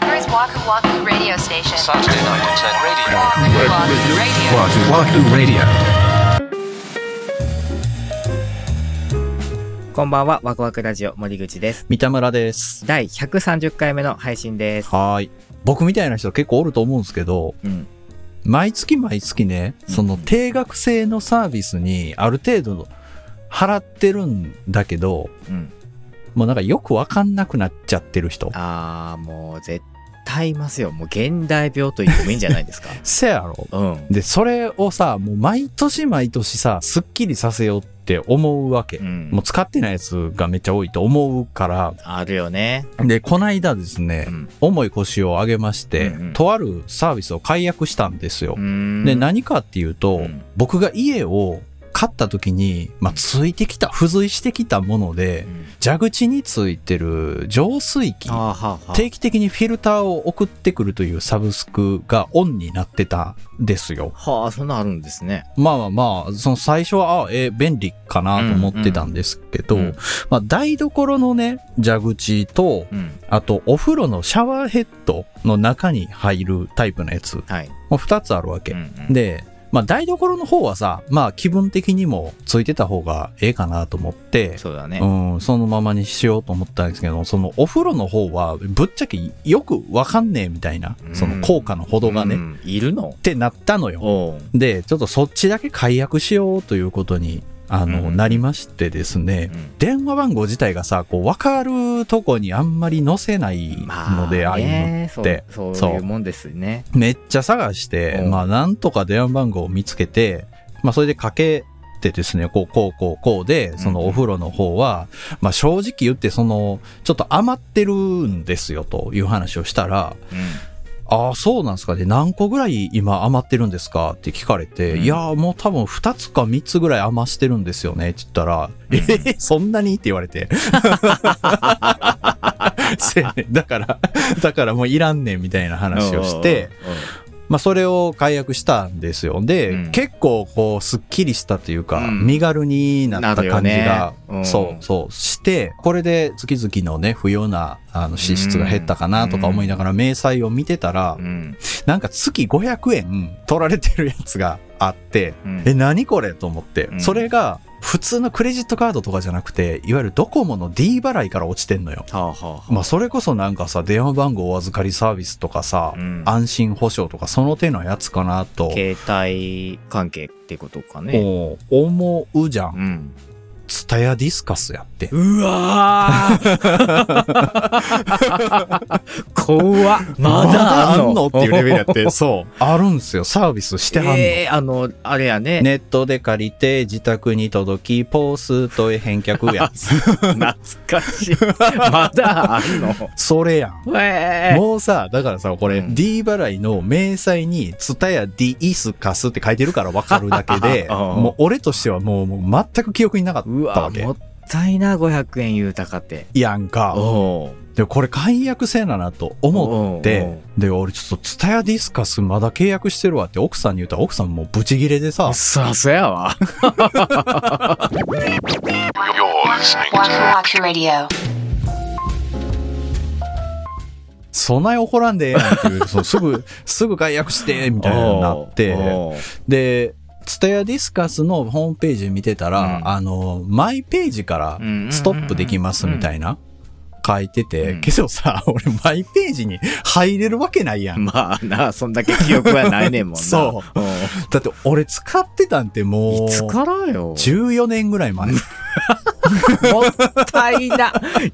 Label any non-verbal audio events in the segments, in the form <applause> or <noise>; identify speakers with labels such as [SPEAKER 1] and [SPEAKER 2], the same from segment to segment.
[SPEAKER 1] Waku Waku Radio Station.
[SPEAKER 2] Saturday night at 10 radio.
[SPEAKER 1] Waku Waku Radio.
[SPEAKER 3] Wahoo Wahoo Radio.
[SPEAKER 4] こんばんは、ワクワクラジオ森口です。
[SPEAKER 5] 三田村です。
[SPEAKER 4] 第130回目の配信です。
[SPEAKER 5] はーい。僕みたいな人結構おると思うんですけど、
[SPEAKER 4] うん
[SPEAKER 5] 毎月毎月ね、その定額制のサービスにある程度払ってるんだけど、
[SPEAKER 4] うん。
[SPEAKER 5] もうなんかよくわかんなくなっちゃってる人。
[SPEAKER 4] あー、もう絶対いますよ。もう現代病と言ってもいいんじゃない <laughs> ですか。
[SPEAKER 5] せやろ
[SPEAKER 4] うん。
[SPEAKER 5] で、それをさ、もう毎年毎年さ、すっきりさせようって思うわけ。
[SPEAKER 4] うん
[SPEAKER 5] もう使ってないやつがめっちゃ多いと思うから、
[SPEAKER 4] あるよね。
[SPEAKER 5] で、こないだですね、
[SPEAKER 4] うん
[SPEAKER 5] 重い腰を上げまして、
[SPEAKER 4] うんうん
[SPEAKER 5] とあるサービスを解約したんですよ。
[SPEAKER 4] うーん。
[SPEAKER 5] で、何かっていうと、
[SPEAKER 4] うん
[SPEAKER 5] 僕が家を買った時に、まあ、ついてきた、付随してきたもので
[SPEAKER 4] う、ん
[SPEAKER 5] 蛇口についてる浄水器、
[SPEAKER 4] あーはあは
[SPEAKER 5] 定期的にフィルターを送ってくるというサブスクがオンになってたんですよ。
[SPEAKER 4] あ。はあ、そんなんあるんですね。
[SPEAKER 5] まあまあまあ、その最初は、あえー便利かなと思ってたんですけど、
[SPEAKER 4] うんうん
[SPEAKER 5] まあ、台所のね、蛇口と、
[SPEAKER 4] うん。
[SPEAKER 5] あと、お風呂のシャワーヘッドの中に入るタイプのやつ、も
[SPEAKER 4] はい。
[SPEAKER 5] う2つあるわけ。
[SPEAKER 4] うんうん
[SPEAKER 5] で、まあ台所の方はさ、まあ気分的にもついてた方がええかなと思って、
[SPEAKER 4] そうだね。
[SPEAKER 5] うん、そのままにしようと思ったんですけど、そのお風呂の方はぶっちゃけよくわかんねえみたいな
[SPEAKER 4] う、ん
[SPEAKER 5] その効果のほどがね、
[SPEAKER 4] う
[SPEAKER 5] っ
[SPEAKER 4] んいるの
[SPEAKER 5] てなったのよ。
[SPEAKER 4] おう
[SPEAKER 5] で、ちょっとそっちだけ解約しようということに、あの、
[SPEAKER 4] うん
[SPEAKER 5] なりましてですね、
[SPEAKER 4] うん
[SPEAKER 5] 電話番号自体がさ、こう、わかるとこにあんまり載せない
[SPEAKER 4] まあ、
[SPEAKER 5] ので、ああいうの
[SPEAKER 4] ね
[SPEAKER 5] っ
[SPEAKER 4] そう
[SPEAKER 5] て。
[SPEAKER 4] そう
[SPEAKER 5] そう
[SPEAKER 4] いうもんですね。
[SPEAKER 5] めっちゃ探して、
[SPEAKER 4] うん
[SPEAKER 5] まあなんとか電話番号を見つけて、まあそれでかけてですね、こう、こう、こう、こうで、そのお風呂の方は、まあ正直言って、その、ちょっと余ってるんですよという話をしたら、
[SPEAKER 4] うん
[SPEAKER 5] ああ、そうなんですかね。何個ぐらい今余ってるんですかって聞かれて、
[SPEAKER 4] うん
[SPEAKER 5] いやーもう多分2つか3つぐらい余してるんですよね。って言ったら、えーそんなにって言わ
[SPEAKER 4] <laughs>
[SPEAKER 5] れて。 <laughs> せやねだから、だからもういらんねんみたいな話をして、、
[SPEAKER 4] うんうん
[SPEAKER 5] まあそれを解約したんですよ。で、
[SPEAKER 4] うん
[SPEAKER 5] 結構こう、すっきりしたというか、
[SPEAKER 4] うん
[SPEAKER 5] 身軽になった感じ
[SPEAKER 4] な
[SPEAKER 5] が、
[SPEAKER 4] るよねうん
[SPEAKER 5] そうそう、して、これで月々のね、不要なあの支出が減ったかなとか思いながら、明細を見てたら、
[SPEAKER 4] うん
[SPEAKER 5] なんか月500円取られてるやつがあって、
[SPEAKER 4] うん
[SPEAKER 5] え、何これと思って、
[SPEAKER 4] うん
[SPEAKER 5] それが、普通のクレジットカードとかじゃなくて、いわゆるドコモの D 払いから落ちてんのよ。
[SPEAKER 4] はあはあはあ
[SPEAKER 5] まあそれこそなんかさ、電話番号お預かりサービスとかさ、
[SPEAKER 4] うん
[SPEAKER 5] 安心保障とかその手のやつかなと、
[SPEAKER 4] 携帯関係ってことかね。
[SPEAKER 5] おう思うじゃん。
[SPEAKER 4] ん。
[SPEAKER 5] ツタヤディスカスやって。
[SPEAKER 4] うわー <laughs> 怖っまだあんの
[SPEAKER 5] っていうレベルや
[SPEAKER 4] <laughs>
[SPEAKER 5] って、そう。あるんすよ、サービスしてはんの。
[SPEAKER 4] えー、あの、あれやね。。
[SPEAKER 5] ネットで借りて自宅に届き、ポースと返却や
[SPEAKER 4] <laughs> 懐かしい。 <laughs> まだあんの
[SPEAKER 5] それやん。
[SPEAKER 4] えー
[SPEAKER 5] もうさ、だからさ、これ、
[SPEAKER 4] うん
[SPEAKER 5] D 払いの明細に、ツタヤディイスカスって書いてるから分かるだけ
[SPEAKER 4] <laughs>
[SPEAKER 5] で、
[SPEAKER 4] ああ
[SPEAKER 5] もう俺としてはもうもう全く記憶になかった
[SPEAKER 4] うわ
[SPEAKER 5] わ
[SPEAKER 4] ー
[SPEAKER 5] け
[SPEAKER 4] も。ったいな、500円言うたかて。
[SPEAKER 5] やんか。
[SPEAKER 4] お
[SPEAKER 5] で、これ解約制だなと思っ
[SPEAKER 4] おうおう
[SPEAKER 5] て、で、俺ちょっとツタヤディスカスまだ契約してるわって奥さんに言ったら奥さんもうブチギレでさ
[SPEAKER 4] お。、そらそやわ。
[SPEAKER 2] You're listening
[SPEAKER 1] Waku
[SPEAKER 2] to
[SPEAKER 1] Waku Radio.
[SPEAKER 5] そない怒らんでええやんっていう、
[SPEAKER 4] <laughs>
[SPEAKER 5] そうすぐ、すぐ解約して、みたいなのになって、
[SPEAKER 4] おうおう
[SPEAKER 5] で、ツタヤディスカスのホームページ見てたら、
[SPEAKER 4] うん
[SPEAKER 5] あの、マイページから
[SPEAKER 4] うん
[SPEAKER 5] ストップできますみたいな、書いてて、
[SPEAKER 4] うん
[SPEAKER 5] けどさ、俺マイページに入れるわけないやん。
[SPEAKER 4] まあな、そんだけ記憶はないねんもん <laughs> な。
[SPEAKER 5] そだって俺使ってたんて
[SPEAKER 4] うん。
[SPEAKER 5] もう、
[SPEAKER 4] いつからよ。
[SPEAKER 5] 14年ぐらい前。
[SPEAKER 4] もったいな。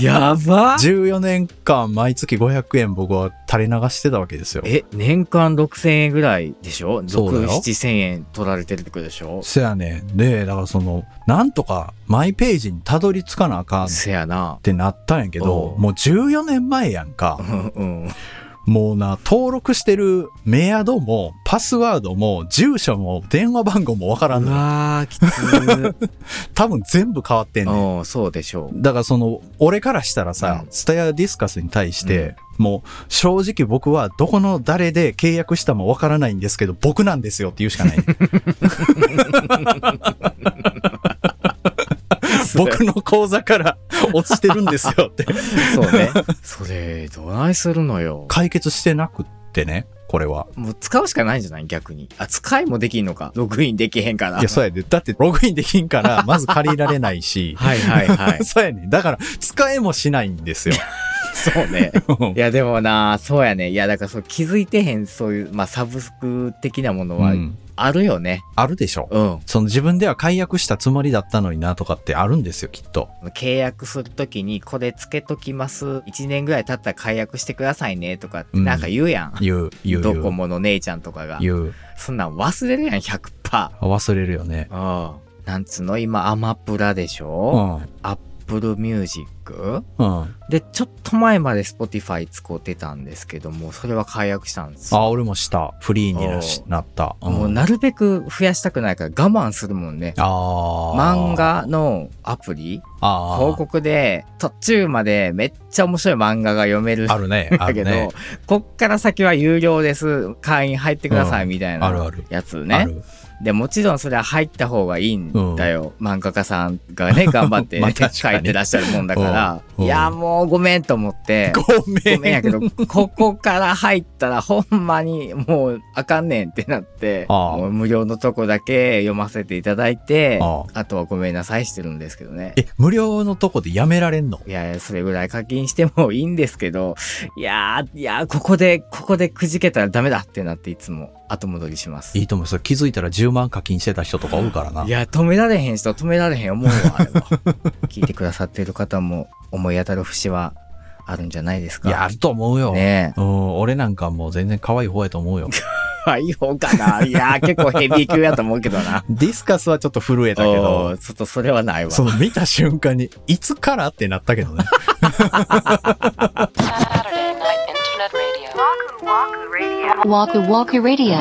[SPEAKER 4] やば。
[SPEAKER 5] 14年間毎月500円僕は垂れ流してたわけですよ。
[SPEAKER 4] え、年間6000円ぐらいでしょ ?6、
[SPEAKER 5] そうだよ
[SPEAKER 4] 7000円取られてるってことでしょ
[SPEAKER 5] せやねん。で、だからその、なんとかマイページにたどり着かなあかんっ
[SPEAKER 4] せやな。
[SPEAKER 5] てなったんやけど、
[SPEAKER 4] おう
[SPEAKER 5] もう14年前やんか。
[SPEAKER 4] うんうん。
[SPEAKER 5] もうな、登録してるメアドも、パスワードも、住所も、電話番号もわからん
[SPEAKER 4] う
[SPEAKER 5] のよ。
[SPEAKER 4] わー、きつ
[SPEAKER 5] 多分全部変わってん
[SPEAKER 4] ー。
[SPEAKER 5] ねん。
[SPEAKER 4] おうそうでしょう。
[SPEAKER 5] だからその、俺からしたらさ
[SPEAKER 4] うん、
[SPEAKER 5] スタヤディスカスに対して、もう、正直僕はどこの誰で契約したもわからないんですけど、僕なん
[SPEAKER 4] <laughs>
[SPEAKER 5] ですよって言うしかない。僕の口座から落ちてるんですよって。
[SPEAKER 4] そうね。それ、どないするのよ。
[SPEAKER 5] 解決してなくってね、これは。
[SPEAKER 4] もう使うしかないんじゃない逆に。あ、使いもできんのか。ログインできへんから。
[SPEAKER 5] いや、そうやで。だってログインできん
[SPEAKER 4] <laughs>
[SPEAKER 5] から、まず借りられないし。
[SPEAKER 4] はいはいはい。
[SPEAKER 5] <laughs> そうやねん。だから、使えもしないんですよ。
[SPEAKER 4] <laughs> そうね。いや、でもな、そうやね。いや、だからそう気づいてへん、そういう、まあ、サブスク的なものは
[SPEAKER 5] うん
[SPEAKER 4] あるよね。
[SPEAKER 5] あるでしょ。
[SPEAKER 4] うん。
[SPEAKER 5] その自分では解約したつもりだったのになとかってあるんですよ、きっと。
[SPEAKER 4] 契約するときに、これつけときます。1年ぐらい経ったら解約してくださいね、とかって、
[SPEAKER 5] うん
[SPEAKER 4] なんか言うやん。
[SPEAKER 5] 言う、言う、
[SPEAKER 4] ド
[SPEAKER 5] 言
[SPEAKER 4] コ
[SPEAKER 5] う。
[SPEAKER 4] モの姉ちゃんとかが。
[SPEAKER 5] 言う。
[SPEAKER 4] そんなん忘れるやん、100%。
[SPEAKER 5] 忘れるよね。
[SPEAKER 4] うん。なんつうの今、アマプラでし
[SPEAKER 5] う
[SPEAKER 4] ょ、
[SPEAKER 5] ん。
[SPEAKER 4] アップルミュージック
[SPEAKER 5] うん。
[SPEAKER 4] で、ちょっと前まで Spotify 使ってたんですけども、それは解約したんですよ。
[SPEAKER 5] あ、俺もした。フリーになし
[SPEAKER 4] お
[SPEAKER 5] なった。うん
[SPEAKER 4] もうなるべく増やしたくないから我慢するもんね。
[SPEAKER 5] あー
[SPEAKER 4] 漫画のアプリ
[SPEAKER 5] あー
[SPEAKER 4] 広告で途中までめっちゃ面白い漫画が読めるん
[SPEAKER 5] あ
[SPEAKER 4] だ
[SPEAKER 5] るね。あ
[SPEAKER 4] け
[SPEAKER 5] る
[SPEAKER 4] ど、
[SPEAKER 5] ね。
[SPEAKER 4] こっから先は有料です。会員入ってくださいみたい
[SPEAKER 5] ある
[SPEAKER 4] な
[SPEAKER 5] ある。
[SPEAKER 4] やつ
[SPEAKER 5] あ
[SPEAKER 4] ね。
[SPEAKER 5] る。
[SPEAKER 4] で、もちろんそれは入った方がいいんだよ。漫画家さんが
[SPEAKER 5] <laughs>
[SPEAKER 4] ね、頑張って、
[SPEAKER 5] まあ
[SPEAKER 4] ね、
[SPEAKER 5] 確
[SPEAKER 4] 書
[SPEAKER 5] かに
[SPEAKER 4] いてらっしゃるもんだから、
[SPEAKER 5] うん
[SPEAKER 4] いや、もうごめんと思って。
[SPEAKER 5] ごめん。
[SPEAKER 4] ごめんやけど、ここから入ったらほんまにもうあかんねんってなって、
[SPEAKER 5] ああ
[SPEAKER 4] もう無料のとこだけ読ませていただいて、
[SPEAKER 5] あ
[SPEAKER 4] あとはごめんなさいしてるんですけどね。
[SPEAKER 5] え、無料のとこでやめられんの
[SPEAKER 4] いやいや、それぐらい課金してもいいんですけど、いやー、いやー、ここで、ここでくじけたらダメだってなっていつも後戻りします。
[SPEAKER 5] い
[SPEAKER 4] い
[SPEAKER 5] いと思う。それ気づいたら10万課金してた人とかおるからな。
[SPEAKER 4] や、止められへん人は止められへん思うわ、 <laughs> あれは。聞いてくださっている方も思い当たる節はあるんじゃないですか。
[SPEAKER 5] いやあると思うよ。
[SPEAKER 4] ねえ。
[SPEAKER 5] うん、俺なんかもう全然可愛い方やと思うよ。
[SPEAKER 4] あ、いい方かな。い
[SPEAKER 5] <laughs>
[SPEAKER 4] やー、結構ヘビー級やと思うけどな。
[SPEAKER 5] ディスカスはちょっと震え
[SPEAKER 4] だ
[SPEAKER 5] た
[SPEAKER 4] け
[SPEAKER 5] け
[SPEAKER 4] ど
[SPEAKER 5] ど、、
[SPEAKER 4] ちょっとそれはないわ。
[SPEAKER 5] その見た瞬間に、いつからってなったけどね。
[SPEAKER 1] Saturday night internet radio. Waku Waku Radio. Waku Waku Radio.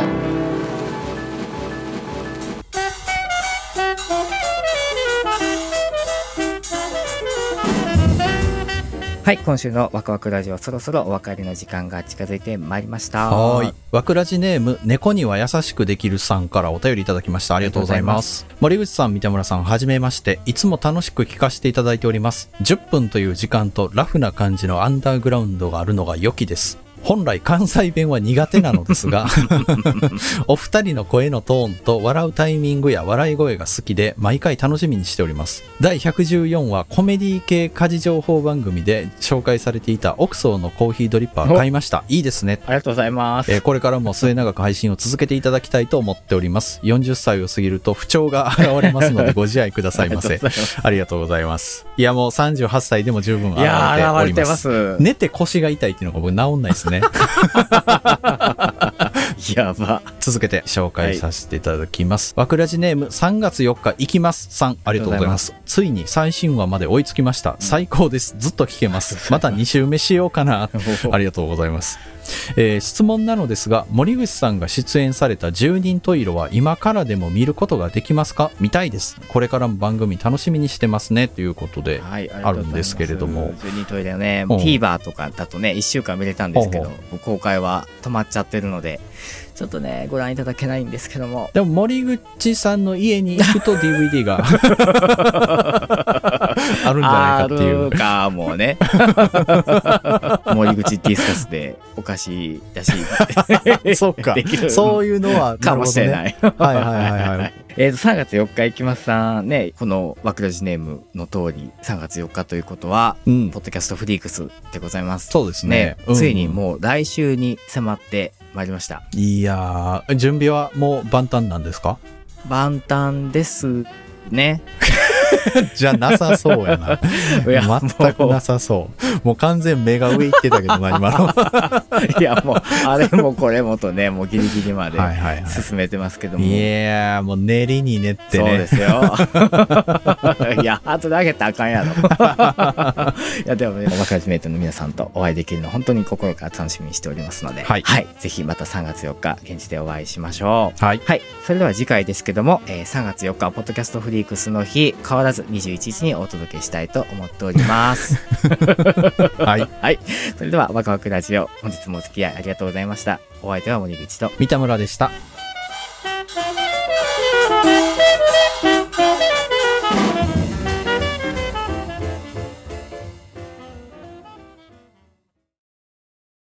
[SPEAKER 4] はい、今週のワクワクラジオ、そろそろお別れの時間が近づいてまいりました。
[SPEAKER 5] はーい。。わくらじネーム、猫には優しくできるさんからお便りいただきました。ありがとうございます。森口さん、三田村さん、はじめまして。いつも楽しく聞かせていただいております。10分という時間とラフな感じのアンダーグラウンドがあるのが良きです。本来関西弁は苦手なのです <laughs> が、お二人の声のトーンと笑うタイミングや笑い声が好きで毎回楽しみにしております。第114話コメディ系家事情報番組で紹介されていた奥荘のコーヒードリッパー買いました。いいですね。
[SPEAKER 4] ありがとうございます。
[SPEAKER 5] えーこれからも末永く配信を続けていただきたいと思っております。40歳を過ぎると不調が現れますの <laughs> でご自愛くださいませ。ありがとうございます。いや、もう38歳でも十分現
[SPEAKER 4] い
[SPEAKER 5] れて
[SPEAKER 4] やー、
[SPEAKER 5] お
[SPEAKER 4] 現
[SPEAKER 5] り
[SPEAKER 4] れて
[SPEAKER 5] ま。
[SPEAKER 4] ますす。
[SPEAKER 5] 寝て腰が痛いっていうのが僕治んないですね。
[SPEAKER 4] やば。
[SPEAKER 5] 続けて紹介させていただきます。わくらじネーム3月4日行きますさん、ありがとうございます。ついに最新話まで追いつきました。最高です。ずっと聞け <laughs> ます。また2週目しようか <laughs> な。ありがとうございます。えー質問なのですが、森口さんが出演された十人十色は今からでも見ることができますか見たいです。これからも番組楽しみにしてますね。ということで。
[SPEAKER 4] はい、
[SPEAKER 5] あるんですけれども
[SPEAKER 4] 12トイレはね、
[SPEAKER 5] うん
[SPEAKER 4] TVer とかだとね、1週間見れたんですけど
[SPEAKER 5] ほう、
[SPEAKER 4] 公開は止まっちゃってるので、ちょっとね、ご覧いただけないんですけども、
[SPEAKER 5] でも森口さんの家に行くと DVD が <laughs> あるんじゃないかっていう
[SPEAKER 4] ある。かも
[SPEAKER 5] <laughs>
[SPEAKER 4] ね。森口ディスカスでおかしいだし。
[SPEAKER 5] そうか
[SPEAKER 4] できる。
[SPEAKER 5] そういうのは、
[SPEAKER 4] かもしれない。
[SPEAKER 5] るほどね。はいは
[SPEAKER 4] <laughs>
[SPEAKER 5] いはいはい。
[SPEAKER 4] えーと、3月4日、いきますさんね、このワクラジネームの通り、3月4日ということは、
[SPEAKER 5] うん
[SPEAKER 4] ポ。ッドキャストフリークスでございます。
[SPEAKER 5] そうですね。うん
[SPEAKER 4] ついにもう来週に迫ってまいりました。
[SPEAKER 5] いやー、準備はもう万端なんで
[SPEAKER 4] <laughs>
[SPEAKER 5] すか
[SPEAKER 4] 万端ですね。
[SPEAKER 5] じゃなさそうやな。
[SPEAKER 4] いや、も
[SPEAKER 5] <laughs> 全くなさそう。もう完全目が上行ってたけど
[SPEAKER 4] <laughs>
[SPEAKER 5] な、今の。は
[SPEAKER 4] う、い <laughs> やもう、あれもこれもとね、もうギリギリま
[SPEAKER 5] い
[SPEAKER 4] で
[SPEAKER 5] はいはい。
[SPEAKER 4] 進めてますけども。
[SPEAKER 5] <laughs> いやー、もう練りに練って
[SPEAKER 4] そうで
[SPEAKER 5] ね。
[SPEAKER 4] すよ。 <laughs> いや、ハート投げたらあかんやろ。 <laughs> いや、でもね、お若いメイトの皆さんとお会いできるの本当に心から楽しみにしておりますので、
[SPEAKER 5] はい
[SPEAKER 4] ぜひまた3月4日、現地でお会いしましょう。
[SPEAKER 5] はい。
[SPEAKER 4] はい。それでは次回ですけども、えー3月4日、ポッドキャストフリークスの日、変わらず21日にお届けしたいと思っております。
[SPEAKER 5] はい。
[SPEAKER 4] それでは、ワクワクラジオ、本日もお付き合いありがとうございました。お相手は森口と、
[SPEAKER 5] 三田村でした。
[SPEAKER 1] Radio.